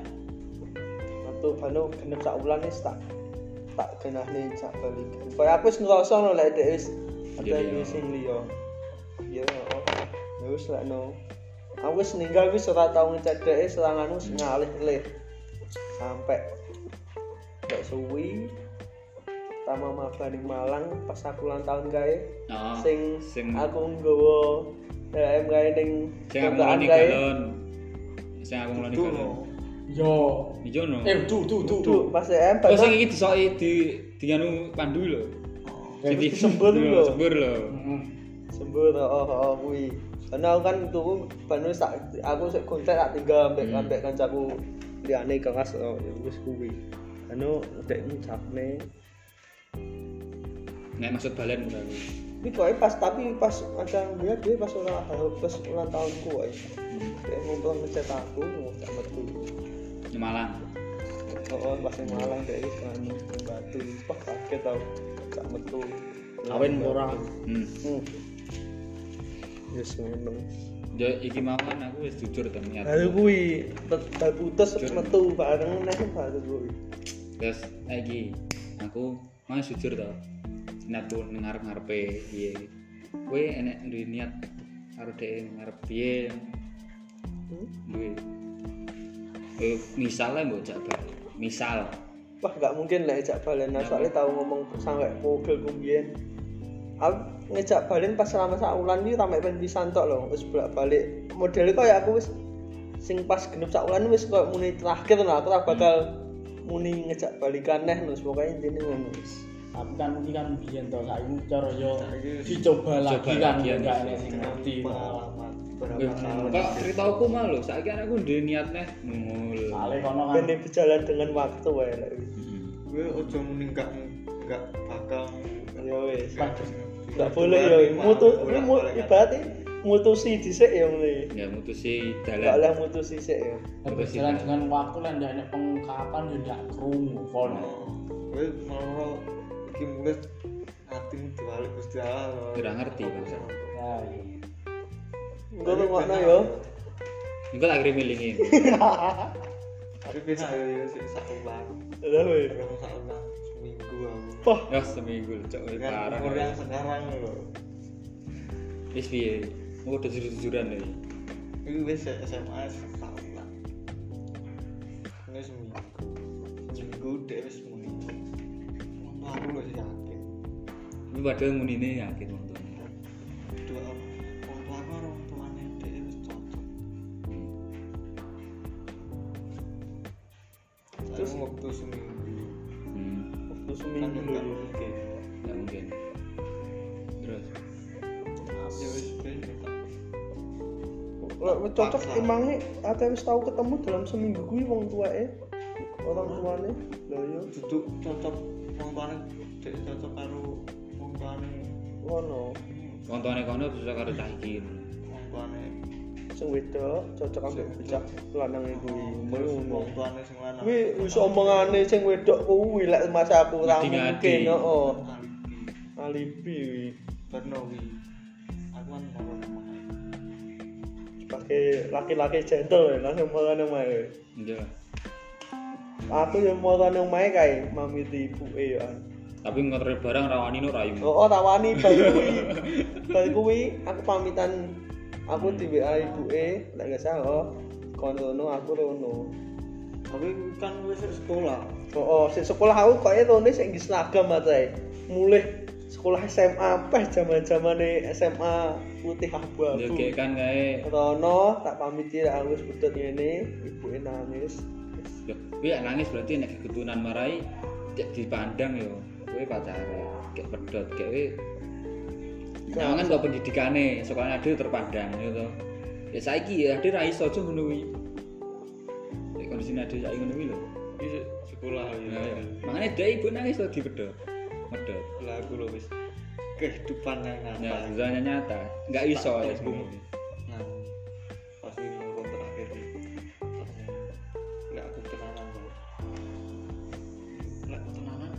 Metu bano genep sak ulan wis tak tak genahne sak balik. Koyo aku wis ngrasa ngono lek dhek wis ada
Jadi,
wis sing liya. Iya, oh. ya wis lek no. Aku wis ninggal wis ora tau ngecek dhek seranganmu wis ngalih-alih. Sampai gak suwi pertama maba ning Malang pas aku ulang tahun kae
Nah,
sing,
sing
aku nggawa DM kae ning
sing aku
kontrakan
mulani
kae.
galon. Sing aku mulani
dulu
galon.
Yo.
Ijo no.
Eh, du du du du.
Duh, pas DM
Oh sing
padahal
iki disoki di di anu pandu lho.
Ya,
Jadi-
disembur lho.
Sembur lho.
Mm-mm.
sembuh oh oh, oh kuwi karena aku kan tuku banu sak aku sik kontak tak tinggal ambek
Hmm.
ambek kancaku liyane kelas oh ya wis kuwi anu dek ngucapne
Nek maksud balen ora aku.
ini kok pas tapi pas ada dia dia pas ulang pas ulang tahunku kok
Hmm.
dia ngumpul ngecet aku ngucap metu
Di Malang.
oh, oh pas yang malang dek iki kan batu pas kaget tau ngucap metu
Kawin murah.
Hmm.
hmm. Yes, ngono.
Yo iki mawon aku wis jujur ternyata.
Baru kuwi tet- bal putus
Jujur.
metu bareng nek baru kuwi.
Terus lagi aku mau jujur to. Niatku ning ngarep-ngarepe piye. Kowe enek duwe niat karo dhek ngarep piye?
Hmm?
Duwe. Eh, misalnya mbok jak bal. Misal
Wah, gak mungkin lah ejak balen. Nah, soalnya tahu ngomong sampai mobil kumbien. Aku ngejak balen pas selama saulan ini ramai ben pisan tok lho, wis bolak-balik. Modelnya kayak aku wis sing pas genep saulan wis koyo muni terakhir nah, aku tak bakal muni ngejak balikan neh lho, pokoke intine ngono wis.
Tapi kan mungkin kan biyen to saiki cara yo
Saiki-
dicoba lagi kan
lagi,
enggak
ya.
enek sing ngerti.
Pengalaman
Wih,
berapa
Eh, kok
kali.
ceritaku mah lho, saiki anakku duwe niat neh ngul.
Soale kono kan
Ben berjalan dengan waktu wae lek.
Hmm.
gue ojo meningkat nggak bakal
ya wes
nggak-
nggak boleh ya mutu ini mu, ibaratnya mutusi dhisik ya mulai
ya mutusi
nggak
dalan
lah mutusi dhisik ya
berjalan dengan waktu lah ndak ada pengungkapan ya ndak krungu kon
Oh.
gue malah iki mulut hatimu diwalik Gusti Allah
Ora ngerti, Bang.
ya iya.
engko ngono ya
engko tak kirimi linke
tapi bisa ya sih sak ulang
lha wes
Terus sak ulang seminggu aku
ya seminggu cok wis
dengan
parah
umur yang sekarang loh
wis piye mau udah jujur-jujuran lho
ini wes SMA sak ulang ini seminggu seminggu deh wes muni Wong aku loh sih yakin
ini padahal munine yakin wong
dua orang orang tua aku orang tuanya deh wes cocok terus waktu seminggu
hmm
waktu
kan
seminggu
nggak
lho
mungkin
nggak mungkin terus
ya wes ben kita
Lah, cocok
Paksa.
emangnya ate wis tau ketemu dalam seminggu kuwi wong tuake orang tuane lho ya
duduk cocok wong tuane dek cocok karo wong tuane
ngono
wong tuane kono bisa karo cah iki
wong tuane
sing wedok cocok ambek bocah lanang kuwi
terus
ngono
wong tuane sing lanang
kuwi wis omongane sing wedok kuwi lek masa aku ra
Ngadi-ngadi.
mungkin heeh
alibi
alibi kuwi
bernowi aku kan mau ngomong
pakai laki-laki gentle ya langsung mau nang omahe
enggak lah.
aku yang mau nang omahe kae mami di ibuke ya
tapi ngotori barang rawani no rayu
Oh, oh tawani bal kuwi. Bal kuwi aku pamitan aku di WA ibuke lek gak salah oh, kon rono aku rono.
tapi kan wis sekolah
Oh, oh sik sekolah aku koke rono sik nggih seragam ae. Mulih sekolah SMA apa zaman-zamane SMA putih
ya kayak
abu-abu.
kan kayak
Rono tak pamiti lek aku wis budut ngene, ibuke nangis.
ya kuwi ya nangis berarti nek ketunan marai cek dipandang yo kuwi pacare kayak pedot kayak kuwi nyawangan kok pendidikane sekolah ade terpandang ya to ya saiki ya ade ra iso aja ngono kuwi Kayak kondisi ade saiki ngono kuwi lho
iki sekolah
Nah, ya. makanya dia ibu nangis loh di pedot pedot
lah aku lho wis kehidupan yang
ya
nyata
susahnya nyata nggak iso ya sebenarnya.
nah pas ini mau terakhir itu nggak aku tenanan bro nggak aku tenanan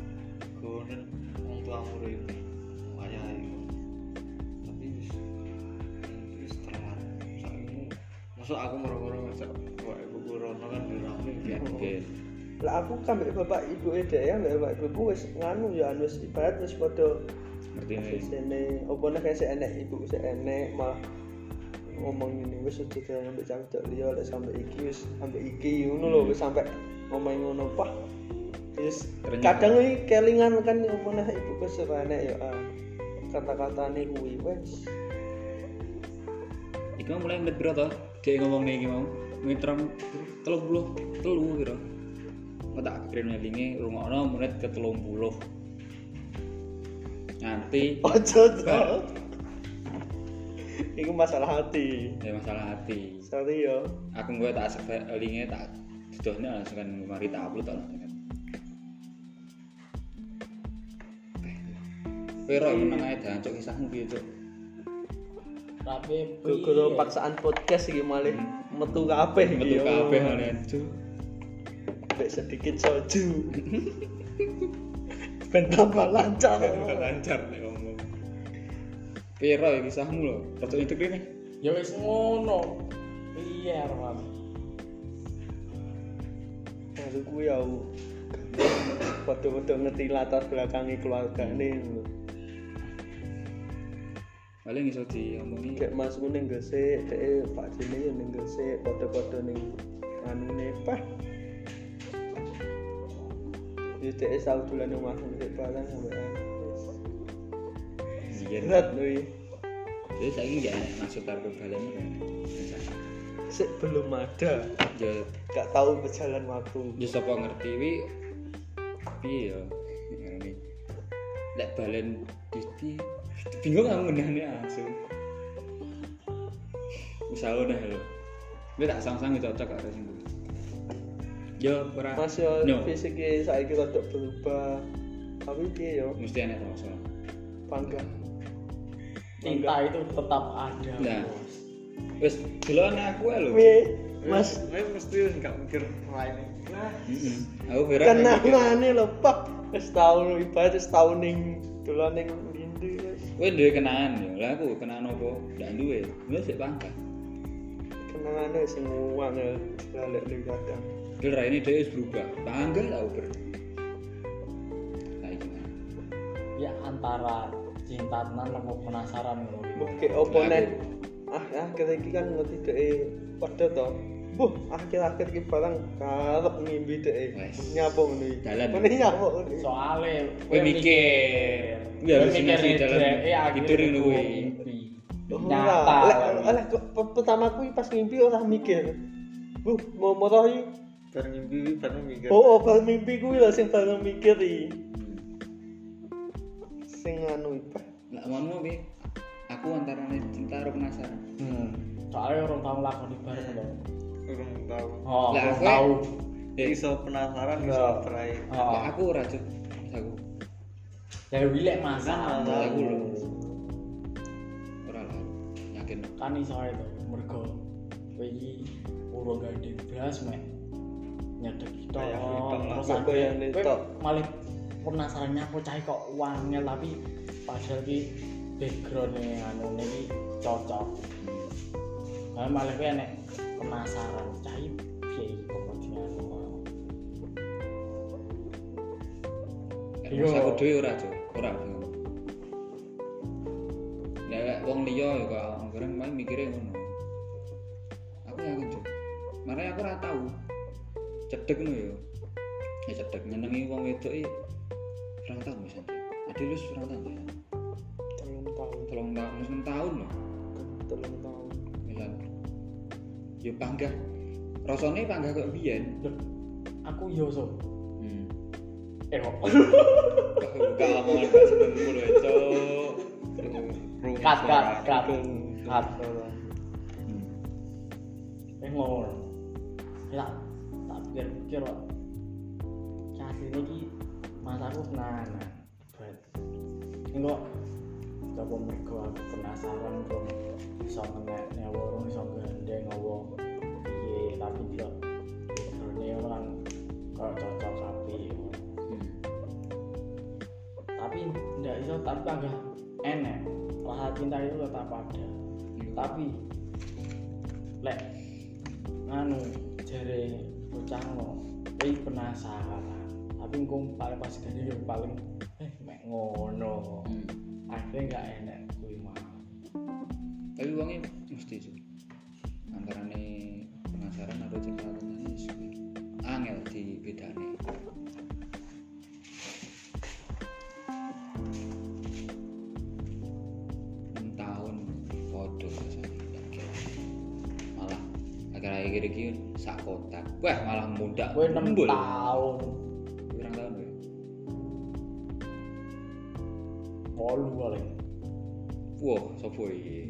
gonen orang tua mulu ini ayah itu tapi wis wis telat sakimu masuk aku merokok ngajak buat ibu guru kan di rame
nggak mungkin
Lah aku kan mbek bapak ibuke dhek ya, mbek bapak ibuku wis nganu ya anu wis ibarat wis padha
ngerti nih
sini opo nek sik enek ibu sik enek malah ngomong ini wis aja jangan ambek cangcok liya lek sampe iki wis ambek iki ngono
Hmm.
lho wis sampe ngomong ngono pah wis
Renyah.
kadang iki kelingan kan opo nek ibu wis ora enek ya ah. kata-katane kuwi wis
Iku mau mulai menit berapa? Dia ngomong nih iki mau menit ram telung puluh telu gitu. Nggak tak kirim linknya rumah ono menit ke telung puluh. Nanti
ojo to iku masalah hati
ya masalah hati.
sorry ya. yo
Aku gue tak save linknya tak jodohnya langsung kan mari tak upload tak langsung kan. Pero menang ae dan cok kisahmu piye cok.
rapi
Oh
gara-gara paksaan podcast iki malah metu kabeh iki,
iya. Hmm.
ya.
Metu
yo.
kabeh ngene cok.
Bek sedikit soju. ben tambah lancar.
Lancar nek ngomong. Pero ya kisahmu lho, percaya itu nih.
ya wis ngono iya Ram
Aku kuwi aku. Padha-padha ngerti latar belakangnya keluargane lho.
paling iso diomongi
Kayak Mas ku ning Gresik, dhek Pak Jine ya ning Gresik, padha-padha ning anune pah. Ya dhek sawul dolan omah dhek barang sampe
biyen
Berat lho.
jadi saiki nggak enak masuk kartu balenya kan
Sik belum ada.
ya
Gak tahu berjalan waktu.
ya sapa ngerti wi piye ya ngene lek balen diti bingung aku ngendane langsung misalnya udah lho gue tak sang-sang cocok karo sing kuwi. yo ora
Mas yo
no
fisiknya saiki rodok berubah. tapi piye yo
mesti enak sama-sama
bangga
cinta itu tetap ada
Nah.
bos.
wis delokan aku ae lho
Wih, mas
Saya mesti nggak mikir lain. Nah,
Heeh. aku kira
kenang mana lho pak setahun ibarat setahun ning dolan ning lindu wis.
kowe duwe kenangan ya lah aku kenangan apa ndak duwe wis sik pangkat
kenangane sing uang ya balik ning kadang
Dul ra ini dia wis berubah bangga lah Uber nah iki Mas.
ya antara cinta tenan sama penasaran loh
Oke, opo nek
Nah,
ah akhir iki kan ngerti dhek padha to. Buh, akhir-akhir iki barang karep ngimpi dhek.
Wes.
Nyapa ngono iki?
Dalan.
Ngene nyapa ngono iki?
soalnya
Kowe mikir. Iya, halusinasi dalam
eh,
tidur ini kowe.
nyata
Ora. Lek lek kok- pe- pertama ku pas ngimpi ora mikir. Buh, mau moro iki.
bareng mimpi, bareng mikir.
Oh, oh, pas mimpi ku lho sing barang mikir iki. Sing anu iki.
lah mau piye aku antarane cinta karo penasaran
Hmm, soalnya orang tahu lakon di bareng loh
Kurang tahu.
oh
Lah,
orang
kowe-
tahu
Eh.
Iso penasaran, iso
Nah.
terakhir.
oh
Lah, aku ora cuk Mas aku
dari wilek masa
Nah,
aku lho ora lah yakin
kan iso itu mergo kowe iki urung gandeng blas meh nyedek kita
Kayak ngitung lah,
terus
kok
akhirnya
yang
kowe
ngitung.
malah penasarannya aku cah kok uangnya tapi padahal ki backgroundnya anu ini cocok malah malah kowe enek penasaran cah iki piye iki komodine anu
Nek
Iya.
Mas aku dhewe ora cuk ora bingung. Lah lek wong liya ya kok goreng main mikire ngono. Aku yakin cuk. Mare aku ora tau. Cedek ngono ya. Ya cedek nyenengi wong wedok e kurang tau misan. Ade lu kurang tau. ya.
Telung tahun,
Telung tahun, wis enam tahun loh.
telung tahun.
Milan. Ya panggah. Rasane panggah kok biyen.
Loh, aku yo so
Hmm.
eh kok
Kok buka omongan gak seneng ngono ya, cuk.
Kurung
kat kat
suara.
kat kat
Telung.
Hmm.
Eh ngomong. Ya tak pikir-pikir kok. Kasih iki masaku tenan. Bet. Engko coba mergo aku penasaran kok iso ngenekne warung iso gandeng apa piye tapi delok drone ora kan kok cocok api.
Hmm.
Tapi ndak iso tapi enggak enek. Rasa cinta itu tetap ada.
Hmm.
tapi lek anu jare bocah no kowe penasaran tapi engko paling pas gede yo paling eh mek ngono
Hmm.
akhirnya nggak enak kuwi mah
tapi uangnya mesti sih antara nih penasaran atau cinta tenan ini sih angel di bedane Enam tahun bodoh rasanya tak kira. malah akhir-akhir ini sak kotak wah malah muda
kowe 6
Embul.
tahun
Pirang tahun ya?
8 paling
wah sopo iki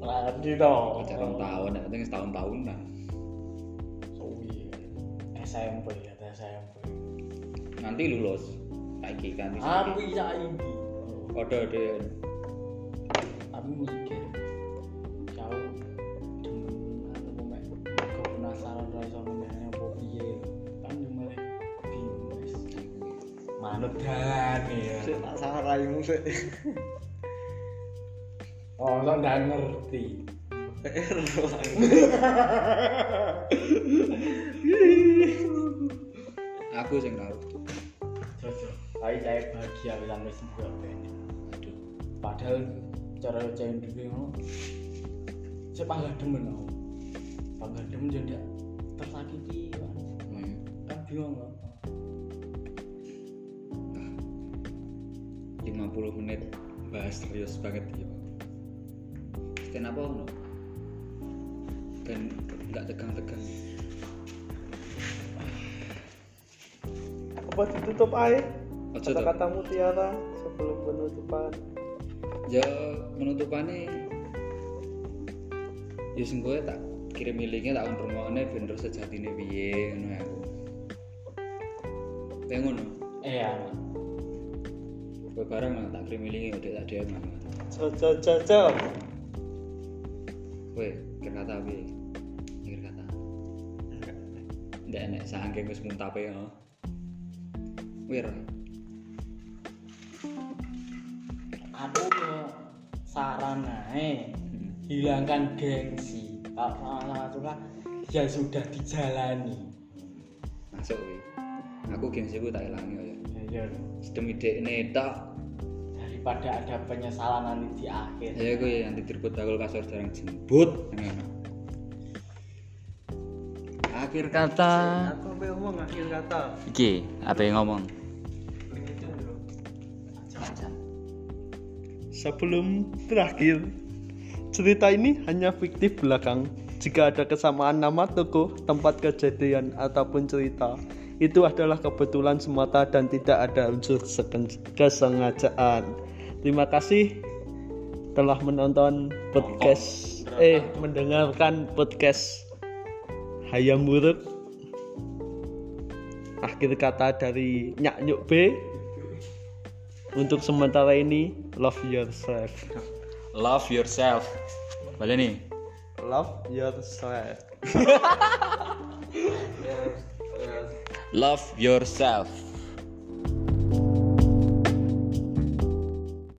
ora ngerti to
pacaran tahun ya penting setahun tahunan
suwi Oh SMP ya SMP
nanti lulus lagi kan
tapi saiki
Ada deh.
tapi mikir jauh demenan apa mek kok penasaran ra iso menene apa piye kan yo mulai bingung wis manut dalane ya
Sik, tak salah raimu sih.
oh iso ndak ngerti
Aku sing tau.
jojo ayo saya bahagia wis sampe sembuh ben
Aduh.
padahal cara cewek dhewe ngono sik panggah demen aku panggah demen yo ndak tersakiti kan.
Hmm.
kan bingung kok.
50 menit bahas serius banget ya. Stand apa ono? Dan nggak tegang-tegang.
Apa ditutup ae?
Ojo to.
Kata-kata mutiara sebelum penutupan.
Ya penutupane ya sing kowe tak kirim linknya tak on rungokne ben terus sejatine piye ngono ya aku. Pengen ngono.
eh ya
Gue bareng lah, tak kirim link udah tak DM lah.
Cocok cocok.
Weh, kira kata weh. Kira kata. Ndak enak saking wis muntape ya. Wir.
aku yo saran ae hilangkan gengsi kalau masalah suka ya sudah dijalani
Masuk weh. Aku gengsiku tak ilangi oh, ya.
ya yo.
Sedemi dekne tak
daripada ada penyesalan nanti di akhir
saya gue nanti direbut bakul kasur jarang jembut Enak. akhir kata
Aku apa yang ngomong akhir kata.
iki apa yang ngomong
Sebelum terakhir, cerita ini hanya fiktif belakang. Jika ada kesamaan nama toko, tempat kejadian, ataupun cerita, itu adalah kebetulan semata dan tidak ada unsur seken- kesengajaan. Terima kasih telah menonton podcast eh mendengarkan podcast Hayam Buruk. Akhir kata dari Nyak Nyuk B. Untuk sementara ini, love yourself.
love yourself Baca nih
Love yourself.
love yourself